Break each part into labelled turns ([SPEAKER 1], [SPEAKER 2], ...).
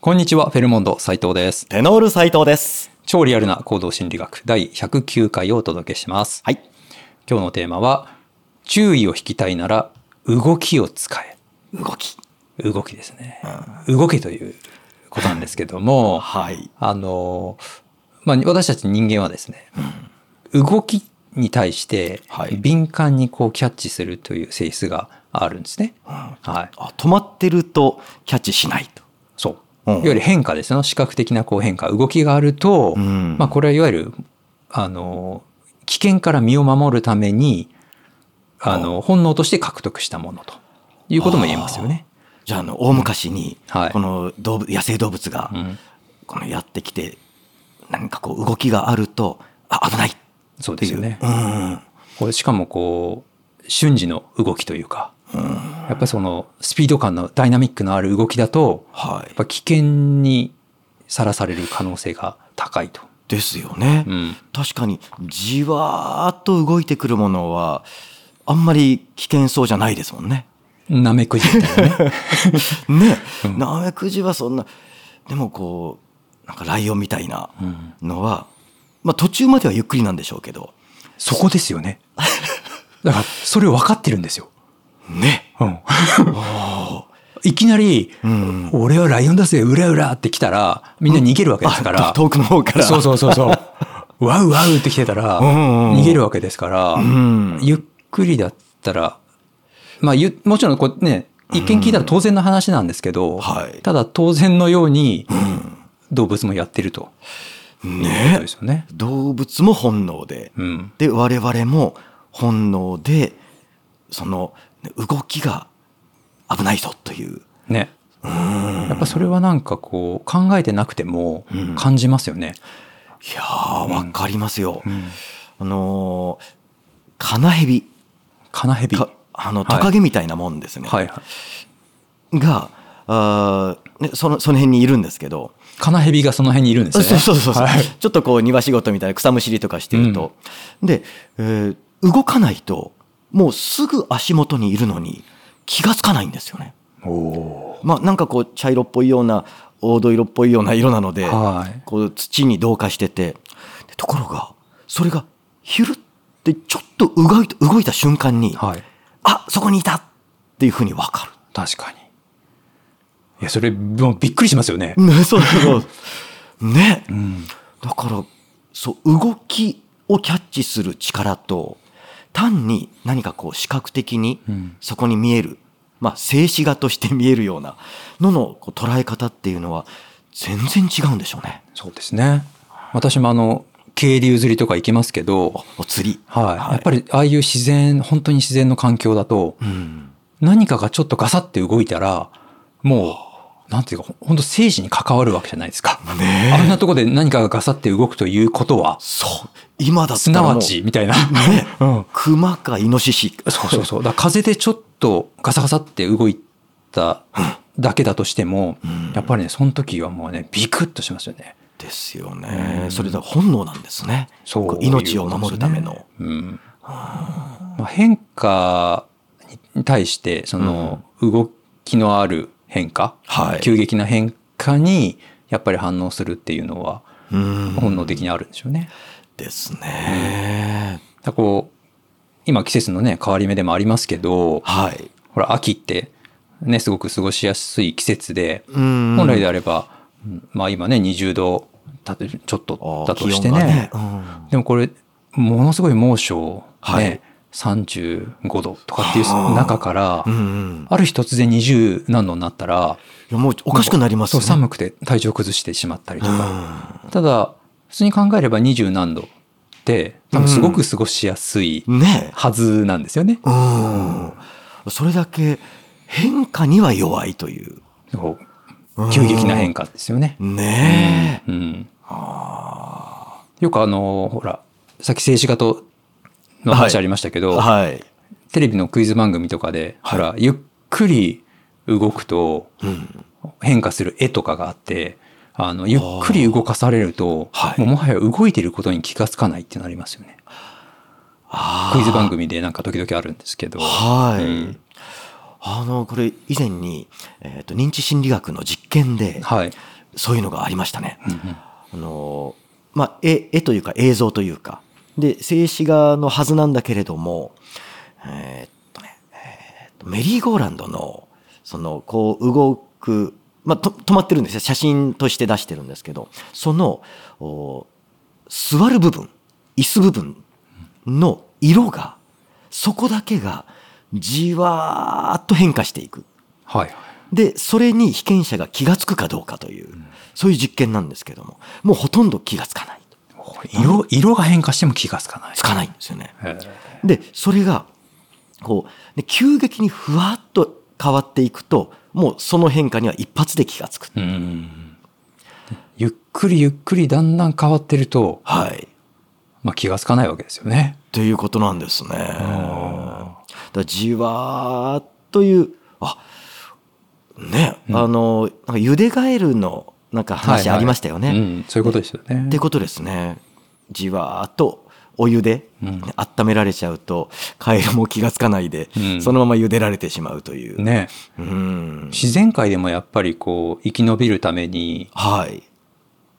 [SPEAKER 1] こんにちは、フェルモンド斉藤です。
[SPEAKER 2] テノール斉藤です。
[SPEAKER 1] 超リアルな行動心理学第109回をお届けします。
[SPEAKER 2] はい。
[SPEAKER 1] 今日のテーマは、注意を引きたいなら動きを使え。
[SPEAKER 2] 動き。
[SPEAKER 1] 動きですね。動けということなんですけども、
[SPEAKER 2] はい。
[SPEAKER 1] あの、まあ、私たち人間はですね、動きに対して
[SPEAKER 2] はい
[SPEAKER 1] 敏感にこうキャッチするという性質があるんですね。はい。
[SPEAKER 2] あ止まってるとキャッチしないと。
[SPEAKER 1] そうう。い
[SPEAKER 2] ん
[SPEAKER 1] わゆる変化ですよね。視覚的なこう変化、動きがあると、
[SPEAKER 2] うん
[SPEAKER 1] まあこれはいわゆる、あの、危険から身を守るために、あの、本能として獲得したものということも言えますよね。
[SPEAKER 2] じゃああの大昔に、
[SPEAKER 1] はい
[SPEAKER 2] この動物野生動物が、
[SPEAKER 1] ん
[SPEAKER 2] このやってきて何かこう動きがあるとあ危ないっていう。
[SPEAKER 1] そうですよね
[SPEAKER 2] う。ん。
[SPEAKER 1] これしかもこう、瞬時の動きというか、やっぱりそのスピード感のダイナミックのある動きだと、
[SPEAKER 2] はい
[SPEAKER 1] やっ。ぱ危険にさらされる可能性が高いと。
[SPEAKER 2] ですよね。
[SPEAKER 1] うん
[SPEAKER 2] 確かにじわーっと動いてくるものはあんまり危険そうじゃないですもんね。
[SPEAKER 1] なめくじみたい なね。
[SPEAKER 2] ね、
[SPEAKER 1] ん
[SPEAKER 2] ナメクジはそんなでもこうなんかライオンみたいな
[SPEAKER 1] うん
[SPEAKER 2] のは、まあ、途中まではゆっくりなんでしょうけど
[SPEAKER 1] そこですよね。だから、それを分かってるんですよ。
[SPEAKER 2] ね
[SPEAKER 1] うん。いきなり、
[SPEAKER 2] ん
[SPEAKER 1] 俺はライオンだぜ、うらうらって来たら、みんな逃げるわけですから。
[SPEAKER 2] あ遠くの方から
[SPEAKER 1] そうそうそう そう。ワウワウって来てたら、
[SPEAKER 2] うんうんうん
[SPEAKER 1] 逃げるわけですから、
[SPEAKER 2] ん
[SPEAKER 1] ゆっくりだったら、まあ、ゆもちろんこう、ね、一見聞いたら当然の話なんですけど、
[SPEAKER 2] はい
[SPEAKER 1] ただ当然のように、動物もやってるということ
[SPEAKER 2] ね
[SPEAKER 1] ですよね。
[SPEAKER 2] 動物も本能で、
[SPEAKER 1] うん。
[SPEAKER 2] で我々も本能でそのね動きが危ないぞという
[SPEAKER 1] ね。やっぱそれはなんかこう考えてなくても
[SPEAKER 2] うん
[SPEAKER 1] 感じますよね。
[SPEAKER 2] いやーわかりますよ、
[SPEAKER 1] ん
[SPEAKER 2] あのーカナヘビ
[SPEAKER 1] カナヘビ。は
[SPEAKER 2] かあの
[SPEAKER 1] い
[SPEAKER 2] トカゲみたいなもんですね、
[SPEAKER 1] いはい。
[SPEAKER 2] があーねそのその辺にいるんですけど、
[SPEAKER 1] カナヘビがその辺にいるんです
[SPEAKER 2] そう
[SPEAKER 1] よね。
[SPEAKER 2] そうそうそう、
[SPEAKER 1] はい
[SPEAKER 2] ちょっとこう庭仕事みたいな草むしりとかしてると、で、えー動かないともうすぐ足元にいるのに気がつかないんですよね。まあなんかこう茶色っぽいような黄土色っぽいような色なので、
[SPEAKER 1] はい
[SPEAKER 2] こう土に同化しててでところがそれがひゅるってちょっと動いた動いた瞬間に、
[SPEAKER 1] はい。
[SPEAKER 2] あそこにいたっていうふうに分か
[SPEAKER 1] 確かに。いや、それ、もうびっくりしますよね。
[SPEAKER 2] る。ね、そ うそうそうね、
[SPEAKER 1] うん。
[SPEAKER 2] だからそう動きをキャッチする力と単に何かこう視覚的に
[SPEAKER 1] うん
[SPEAKER 2] そこに見える、まあ、静止画として見えるようなののこう捉え方っていうのは全然違うんでしょうね。
[SPEAKER 1] そうですね。私もあの、渓流釣りとか行きますけど、
[SPEAKER 2] お釣り。
[SPEAKER 1] はい。
[SPEAKER 2] はい
[SPEAKER 1] やっぱり、ああいう自然、本当に自然の環境だと、
[SPEAKER 2] うん、
[SPEAKER 1] 何かがちょっとガサって動いたら、もう、なんていうか、ほんと生死に関わるわけじゃないですか。
[SPEAKER 2] ねえ
[SPEAKER 1] あんなとこで何かがガサって動くということは、
[SPEAKER 2] そう今だっ
[SPEAKER 1] す
[SPEAKER 2] た
[SPEAKER 1] な
[SPEAKER 2] らも
[SPEAKER 1] わ
[SPEAKER 2] う
[SPEAKER 1] ち、みたいな。
[SPEAKER 2] ね、
[SPEAKER 1] うん。
[SPEAKER 2] 熊かイノシシか
[SPEAKER 1] そうそうそう。だから風でちょっとガサガサって動いただけだとしても、やっぱりね、その時はもうね、ビクッとしますよね。
[SPEAKER 2] ですよね。それだ本能なんですね。こう命を守るための。
[SPEAKER 1] うん。まあ、変化に対して、その、動きのある変化、
[SPEAKER 2] はい
[SPEAKER 1] 急激な変化に、やっぱり反応するっていうのは、
[SPEAKER 2] うん
[SPEAKER 1] 本能的にあるんでしょうね。
[SPEAKER 2] ですね。
[SPEAKER 1] だからこう、今季節のね、変わり目でもありますけど、
[SPEAKER 2] はい。
[SPEAKER 1] ほら、秋って、ね、すごく過ごしやすい季節で、
[SPEAKER 2] 本
[SPEAKER 1] 本来であれば、うんまあ今ね、20度たとちょっとだとしてね。
[SPEAKER 2] うん
[SPEAKER 1] でもこれ、ものすごい猛暑、ね
[SPEAKER 2] はい
[SPEAKER 1] 35度とかっていう
[SPEAKER 2] はあ
[SPEAKER 1] 中から、
[SPEAKER 2] うんうん、
[SPEAKER 1] ある日突然20何度になったら、
[SPEAKER 2] いやもうおかしくなります
[SPEAKER 1] そう
[SPEAKER 2] ね。
[SPEAKER 1] 寒くて体調崩してしまったりと
[SPEAKER 2] う
[SPEAKER 1] か。
[SPEAKER 2] ん
[SPEAKER 1] ただ、普通に考えれば20何度って、多分すごく過ごしやすい
[SPEAKER 2] ね
[SPEAKER 1] はずなんですよね。
[SPEAKER 2] え、うん、それだけ変化には弱いという。
[SPEAKER 1] こう急激な変化ですよね。
[SPEAKER 2] ねえ、
[SPEAKER 1] うん、よくあのほらさっき政治家との話ありましたけど、
[SPEAKER 2] はい。
[SPEAKER 1] テレビのクイズ番組とかで、
[SPEAKER 2] はい
[SPEAKER 1] ほらゆっくり動くと
[SPEAKER 2] うん、
[SPEAKER 1] 変化する絵とかがあってあのゆっくり動かされると、
[SPEAKER 2] はい
[SPEAKER 1] もうもはや動いてることに気がつかないってなりますよね。
[SPEAKER 2] あー
[SPEAKER 1] クイズ番組でなんか時々あるんですけど。
[SPEAKER 2] はい、
[SPEAKER 1] うん
[SPEAKER 2] ああの、これ以前に、えっ、と、認知心理学の実験で、
[SPEAKER 1] はい。
[SPEAKER 2] そういうのがありましたね。
[SPEAKER 1] うんうん
[SPEAKER 2] あのまあ、絵絵というか映像というかで静止画のはずなんだけれども、えーっとねえーっとメリーゴーランドのそのこう動く、まあ、と止まってるんですよ写真として出してるんですけどそのお座る部分椅子部分の色がそこだけがじわーっと変化していく。
[SPEAKER 1] はい。
[SPEAKER 2] で、それに被験者が気がつくかどうかという、そういう実験なんですけども、もうほとんど気がつかない。
[SPEAKER 1] 色、色が変化しても気がつかない。
[SPEAKER 2] つかないんですよね。
[SPEAKER 1] へ
[SPEAKER 2] で、それが、こう、で急激にふわっと変わっていくと、もうその変化には一発で気がつく。
[SPEAKER 1] え。うん。ゆっくりゆっくりだんだん変わってると、
[SPEAKER 2] はい。
[SPEAKER 1] まあ気がつかないわけですよね。
[SPEAKER 2] ということなんですね。だからじわーっという、あ、ね、あの、なんか茹でガエルの、なんか話ありましたよね。
[SPEAKER 1] はいはいうん、そういうことですよね。
[SPEAKER 2] ってことですね。じわーっとお湯で
[SPEAKER 1] うん
[SPEAKER 2] 温められちゃうと、カエルも気がつかないで、
[SPEAKER 1] うん
[SPEAKER 2] そのまま茹でられてしまうという。
[SPEAKER 1] ね
[SPEAKER 2] うん。
[SPEAKER 1] 自然界でもやっぱりこう生き延びるために
[SPEAKER 2] はい。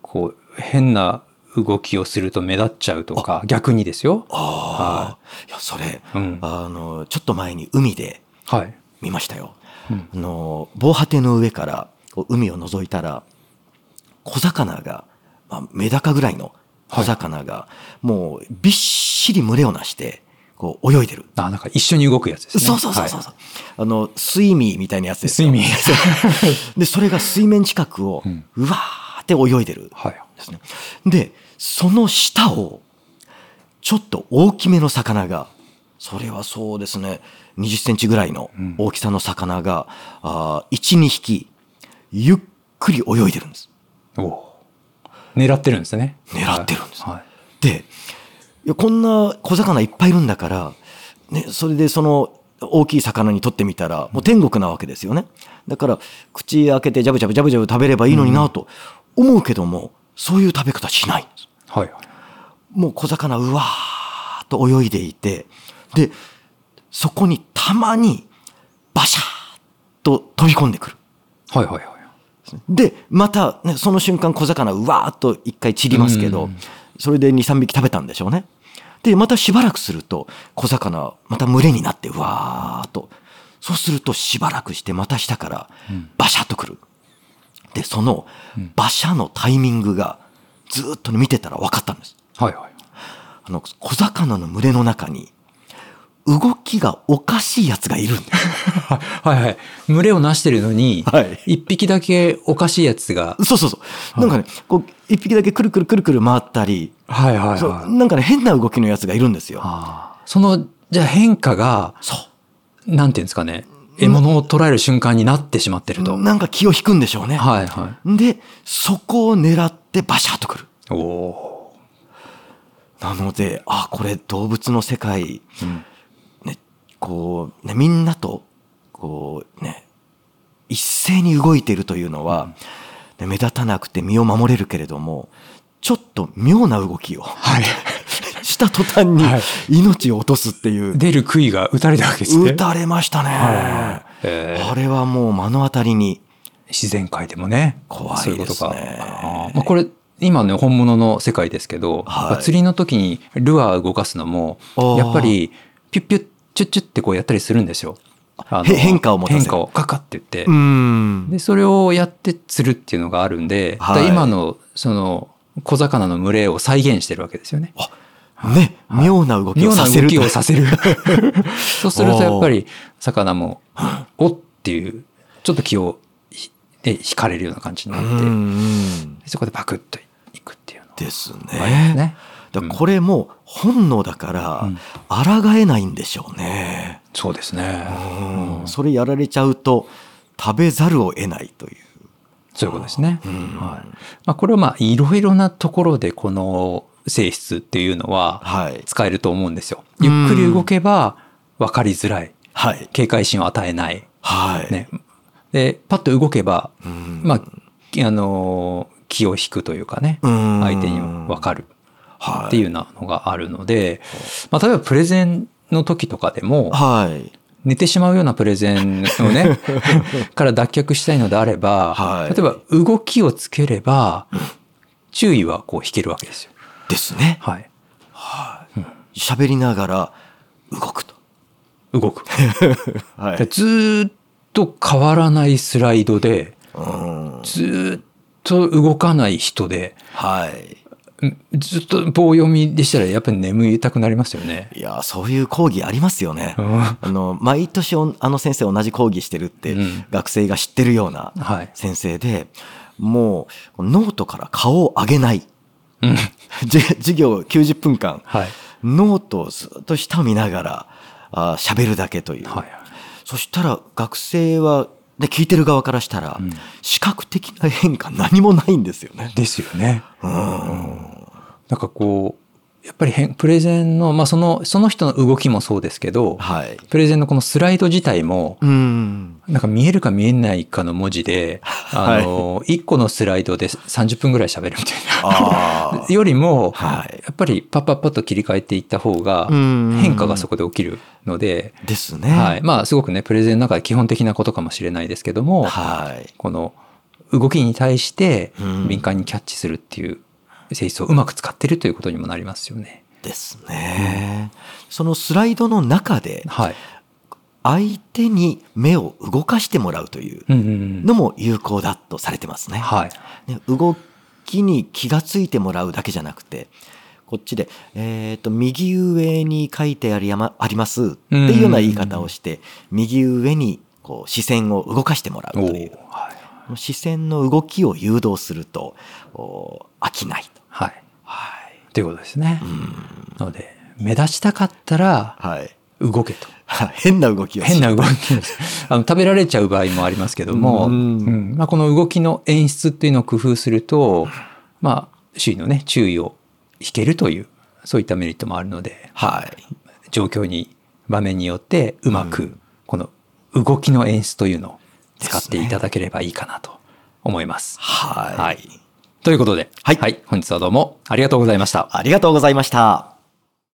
[SPEAKER 1] こう変な動きをすると目立っちゃうとか逆にですよ。
[SPEAKER 2] ああ、いや、それ、
[SPEAKER 1] うん
[SPEAKER 2] あの、ちょっと前に海で
[SPEAKER 1] はい。
[SPEAKER 2] 見ましたよ。
[SPEAKER 1] うん
[SPEAKER 2] あの、防波堤の上からこう海を覗いたら、小魚が、まあ、メダカぐらいの小魚が、もうびっしり群れをなして、こう泳いでる。
[SPEAKER 1] あなんか一緒に動くやつですね。
[SPEAKER 2] そうそうそうそう
[SPEAKER 1] は
[SPEAKER 2] そう、あのスイミーみたいなやつ
[SPEAKER 1] い
[SPEAKER 2] です
[SPEAKER 1] 睡
[SPEAKER 2] よ
[SPEAKER 1] 眠。
[SPEAKER 2] でそれが水面近くを
[SPEAKER 1] うん
[SPEAKER 2] うわーって泳いでるんで
[SPEAKER 1] はい。
[SPEAKER 2] すねでその下をちょっと大きめの魚がそれはそうですね2 0センチぐらいの
[SPEAKER 1] うん
[SPEAKER 2] 大きさの魚が、あ12匹ゆっくり泳いでるんです
[SPEAKER 1] おお狙ってるんですね。
[SPEAKER 2] 狙ってるんです
[SPEAKER 1] はい。
[SPEAKER 2] でいやこんな小魚いっぱいいるんだから、ね、それでその大きい魚にとってみたらもう天国なわけですよねだから口開けてジャブジャブジャブジャブ食べればいいのになと思うけども、そういう食べ方しないんです
[SPEAKER 1] はいはい。
[SPEAKER 2] もう小魚うわーっと泳いでいてでそこにたまにバシャーッと飛び込んでくる
[SPEAKER 1] はいはいはい。
[SPEAKER 2] でまた、ね、その瞬間小魚うわーっと一回散りますけど、
[SPEAKER 1] うん
[SPEAKER 2] それで23匹食べたんでしょうねでまたしばらくすると小魚また群れになってうわーっとそうするとしばらくしてまた下から
[SPEAKER 1] うん
[SPEAKER 2] バシャッとくるでその
[SPEAKER 1] うん
[SPEAKER 2] バシャのタイミングがずーっと見てたら分かったんです
[SPEAKER 1] はいはい。
[SPEAKER 2] あの小魚の群れの中に動きがおかしいやつがいるんです
[SPEAKER 1] はいはい。群れをなしてるのに、
[SPEAKER 2] はい
[SPEAKER 1] 一匹だけおかしいやつが。
[SPEAKER 2] そうそうそうなんかねこう一匹だけくるくるくるくる回ったり
[SPEAKER 1] はいはい
[SPEAKER 2] そ
[SPEAKER 1] は
[SPEAKER 2] う
[SPEAKER 1] い。
[SPEAKER 2] なんかね変な動きのやつがいるんですよ。
[SPEAKER 1] あーその、じゃあ変化が、
[SPEAKER 2] そ
[SPEAKER 1] なんていうんですかね、獲物を捉える瞬間になってしまってると。
[SPEAKER 2] う。なんか気を引くんでしょうね。
[SPEAKER 1] はいは
[SPEAKER 2] でそこを狙ってバシャッとくる。
[SPEAKER 1] い。おお
[SPEAKER 2] なのであこれ動物の世界、
[SPEAKER 1] ー。うん
[SPEAKER 2] ね、こう、ね、みんなとこうね一斉に動いているというのは、ね目立たなくて身を守れるけれどもちょっと妙な動 きを
[SPEAKER 1] はい。
[SPEAKER 2] した途端に
[SPEAKER 1] はい
[SPEAKER 2] 命を落とすっていう、
[SPEAKER 1] 出る杭が打たれたわけですね。
[SPEAKER 2] 打たれましたね。
[SPEAKER 1] はいえー
[SPEAKER 2] あれはもう目の当たりに
[SPEAKER 1] 自然界でもね。
[SPEAKER 2] 怖い
[SPEAKER 1] そういうことが。
[SPEAKER 2] ですね
[SPEAKER 1] あーまあ、これ、今ね、本物の世界ですけど、
[SPEAKER 2] はい
[SPEAKER 1] まあ釣りの時にルアー動かすのも
[SPEAKER 2] あ、ー
[SPEAKER 1] やっぱり、ピュッピュッ、チュッチュッってこうやったりするんですよ。あの
[SPEAKER 2] へ変化を持たせる
[SPEAKER 1] 変化をカカって言って。
[SPEAKER 2] うーん
[SPEAKER 1] で、それをやって釣るっていうのがあるんで、
[SPEAKER 2] はい
[SPEAKER 1] だから今の、その、小魚の群れを再現してるわけですよね。
[SPEAKER 2] ね、妙な動きを
[SPEAKER 1] 妙
[SPEAKER 2] さ
[SPEAKER 1] な
[SPEAKER 2] せる
[SPEAKER 1] 動
[SPEAKER 2] と。
[SPEAKER 1] きをさせる。 そうするとやっぱり魚も、おっていう、ちょっと気をひで惹かれるような感じに
[SPEAKER 2] う
[SPEAKER 1] なっ
[SPEAKER 2] ん
[SPEAKER 1] て、
[SPEAKER 2] うん
[SPEAKER 1] でそこでパクッといくっていうの
[SPEAKER 2] です
[SPEAKER 1] があります
[SPEAKER 2] ね。
[SPEAKER 1] ね。
[SPEAKER 2] だからこれも本能だから
[SPEAKER 1] うん、
[SPEAKER 2] 抗えないんでしょうね。
[SPEAKER 1] そうですね。
[SPEAKER 2] うんそれやられちゃうと、食べざるを得ないという。
[SPEAKER 1] そういうことですね。
[SPEAKER 2] うん
[SPEAKER 1] はいまあ、これはまあいろいろなところでこの性質っていうのは
[SPEAKER 2] はい。
[SPEAKER 1] 使えると思うんですよ。
[SPEAKER 2] う
[SPEAKER 1] ゆ
[SPEAKER 2] ん
[SPEAKER 1] っくり動けば分かりづらい。
[SPEAKER 2] はい。
[SPEAKER 1] 警戒心を与えない。
[SPEAKER 2] はい。
[SPEAKER 1] ね。で、パッと動けば、
[SPEAKER 2] うん
[SPEAKER 1] まあ、きあのー気を引くというかね、
[SPEAKER 2] うん
[SPEAKER 1] 相手にも分かる
[SPEAKER 2] はい
[SPEAKER 1] っていうようなのがあるので、まあ、例えばプレゼンの時とかでも、
[SPEAKER 2] はい。
[SPEAKER 1] 寝てしまうようなプレゼンを ね、から脱却したいのであれば、
[SPEAKER 2] はい
[SPEAKER 1] 例えば動きをつければ、注意はこう引けるわけですよ。
[SPEAKER 2] ですね。
[SPEAKER 1] はい。
[SPEAKER 2] 喋りながら動くと。
[SPEAKER 1] 動く。
[SPEAKER 2] は
[SPEAKER 1] で。ずーっと変わらないスライドで、
[SPEAKER 2] うん。
[SPEAKER 1] ずーっと動かない人で、
[SPEAKER 2] はい。
[SPEAKER 1] うんずっと棒読みでしたらやっぱり眠いたくなりますよね。
[SPEAKER 2] いやー、そういう講義ありますよね。
[SPEAKER 1] うんは
[SPEAKER 2] あの、毎年おあの先生同じ講義してるって
[SPEAKER 1] うん、。
[SPEAKER 2] 学生が知ってるようない先生で、もう、ノートから顔を上げない。
[SPEAKER 1] うん
[SPEAKER 2] じ授業90分間、
[SPEAKER 1] はい。
[SPEAKER 2] ノートをずっと下見ながら、あー喋るだけという。
[SPEAKER 1] はい。
[SPEAKER 2] そしたら学生は、ね、聞いてる側からしたら、
[SPEAKER 1] うん
[SPEAKER 2] 視覚的な変化何もないんですよね。
[SPEAKER 1] ですよね。
[SPEAKER 2] うん。
[SPEAKER 1] なんかこう、やっぱり変プレゼンの、まあその、その人の動きもそうですけど、
[SPEAKER 2] はい。
[SPEAKER 1] プレゼンのこのスライド自体も、
[SPEAKER 2] うん。
[SPEAKER 1] なんか見えるか見えないかの文字で、あの、1個のスライドで30分ぐらい喋るみた い
[SPEAKER 2] あ
[SPEAKER 1] な。よりも、
[SPEAKER 2] はい。
[SPEAKER 1] やっぱりパッパッパッと切り替えていった方が、
[SPEAKER 2] うん
[SPEAKER 1] 変化がそこで起きるので、
[SPEAKER 2] ですね。
[SPEAKER 1] はい。まあ、すごくね、プレゼンの中で基本的なことかもしれないですけども、
[SPEAKER 2] はい。
[SPEAKER 1] この動きに対して
[SPEAKER 2] うん
[SPEAKER 1] 敏感にキャッチするっていう性質をうまく使ってるということにもなりますよね。
[SPEAKER 2] ですね。そのスライドの中で、
[SPEAKER 1] はい。
[SPEAKER 2] 相手に目を動かしてもらうという
[SPEAKER 1] うんうんうん
[SPEAKER 2] のも有効だとされてますね。
[SPEAKER 1] はい。
[SPEAKER 2] ね動きに気がついてもらうだけじゃなくて、こっちで、えっ、と、右上に書いてありやまありますっていうような言い方をして、右上にこう視線を動かしてもらう
[SPEAKER 1] お
[SPEAKER 2] とい
[SPEAKER 1] ー
[SPEAKER 2] う。
[SPEAKER 1] はい。
[SPEAKER 2] 視線の動きを誘導すると、お飽きないと。
[SPEAKER 1] はい。
[SPEAKER 2] はい。
[SPEAKER 1] ということですね
[SPEAKER 2] う。ん。
[SPEAKER 1] なので、目立ちたかったら
[SPEAKER 2] はい。
[SPEAKER 1] 動けと。
[SPEAKER 2] 変な動きをする
[SPEAKER 1] 変な動き です。あの食べられちゃう場合もありますけども、
[SPEAKER 2] う
[SPEAKER 1] うんんまあ、この動きの演出っていうのを工夫すると、まあ、周囲のね、注意を引けるという、そういったメリットもあるので、
[SPEAKER 2] はい。
[SPEAKER 1] 状況に場面によってうま
[SPEAKER 2] う
[SPEAKER 1] くこの動きの演出というのを使っていただければいいかなと思います。
[SPEAKER 2] はい。
[SPEAKER 1] はいということで、
[SPEAKER 2] はい
[SPEAKER 1] はい、本日はどうもありがとうございました。
[SPEAKER 2] ありがとうございました。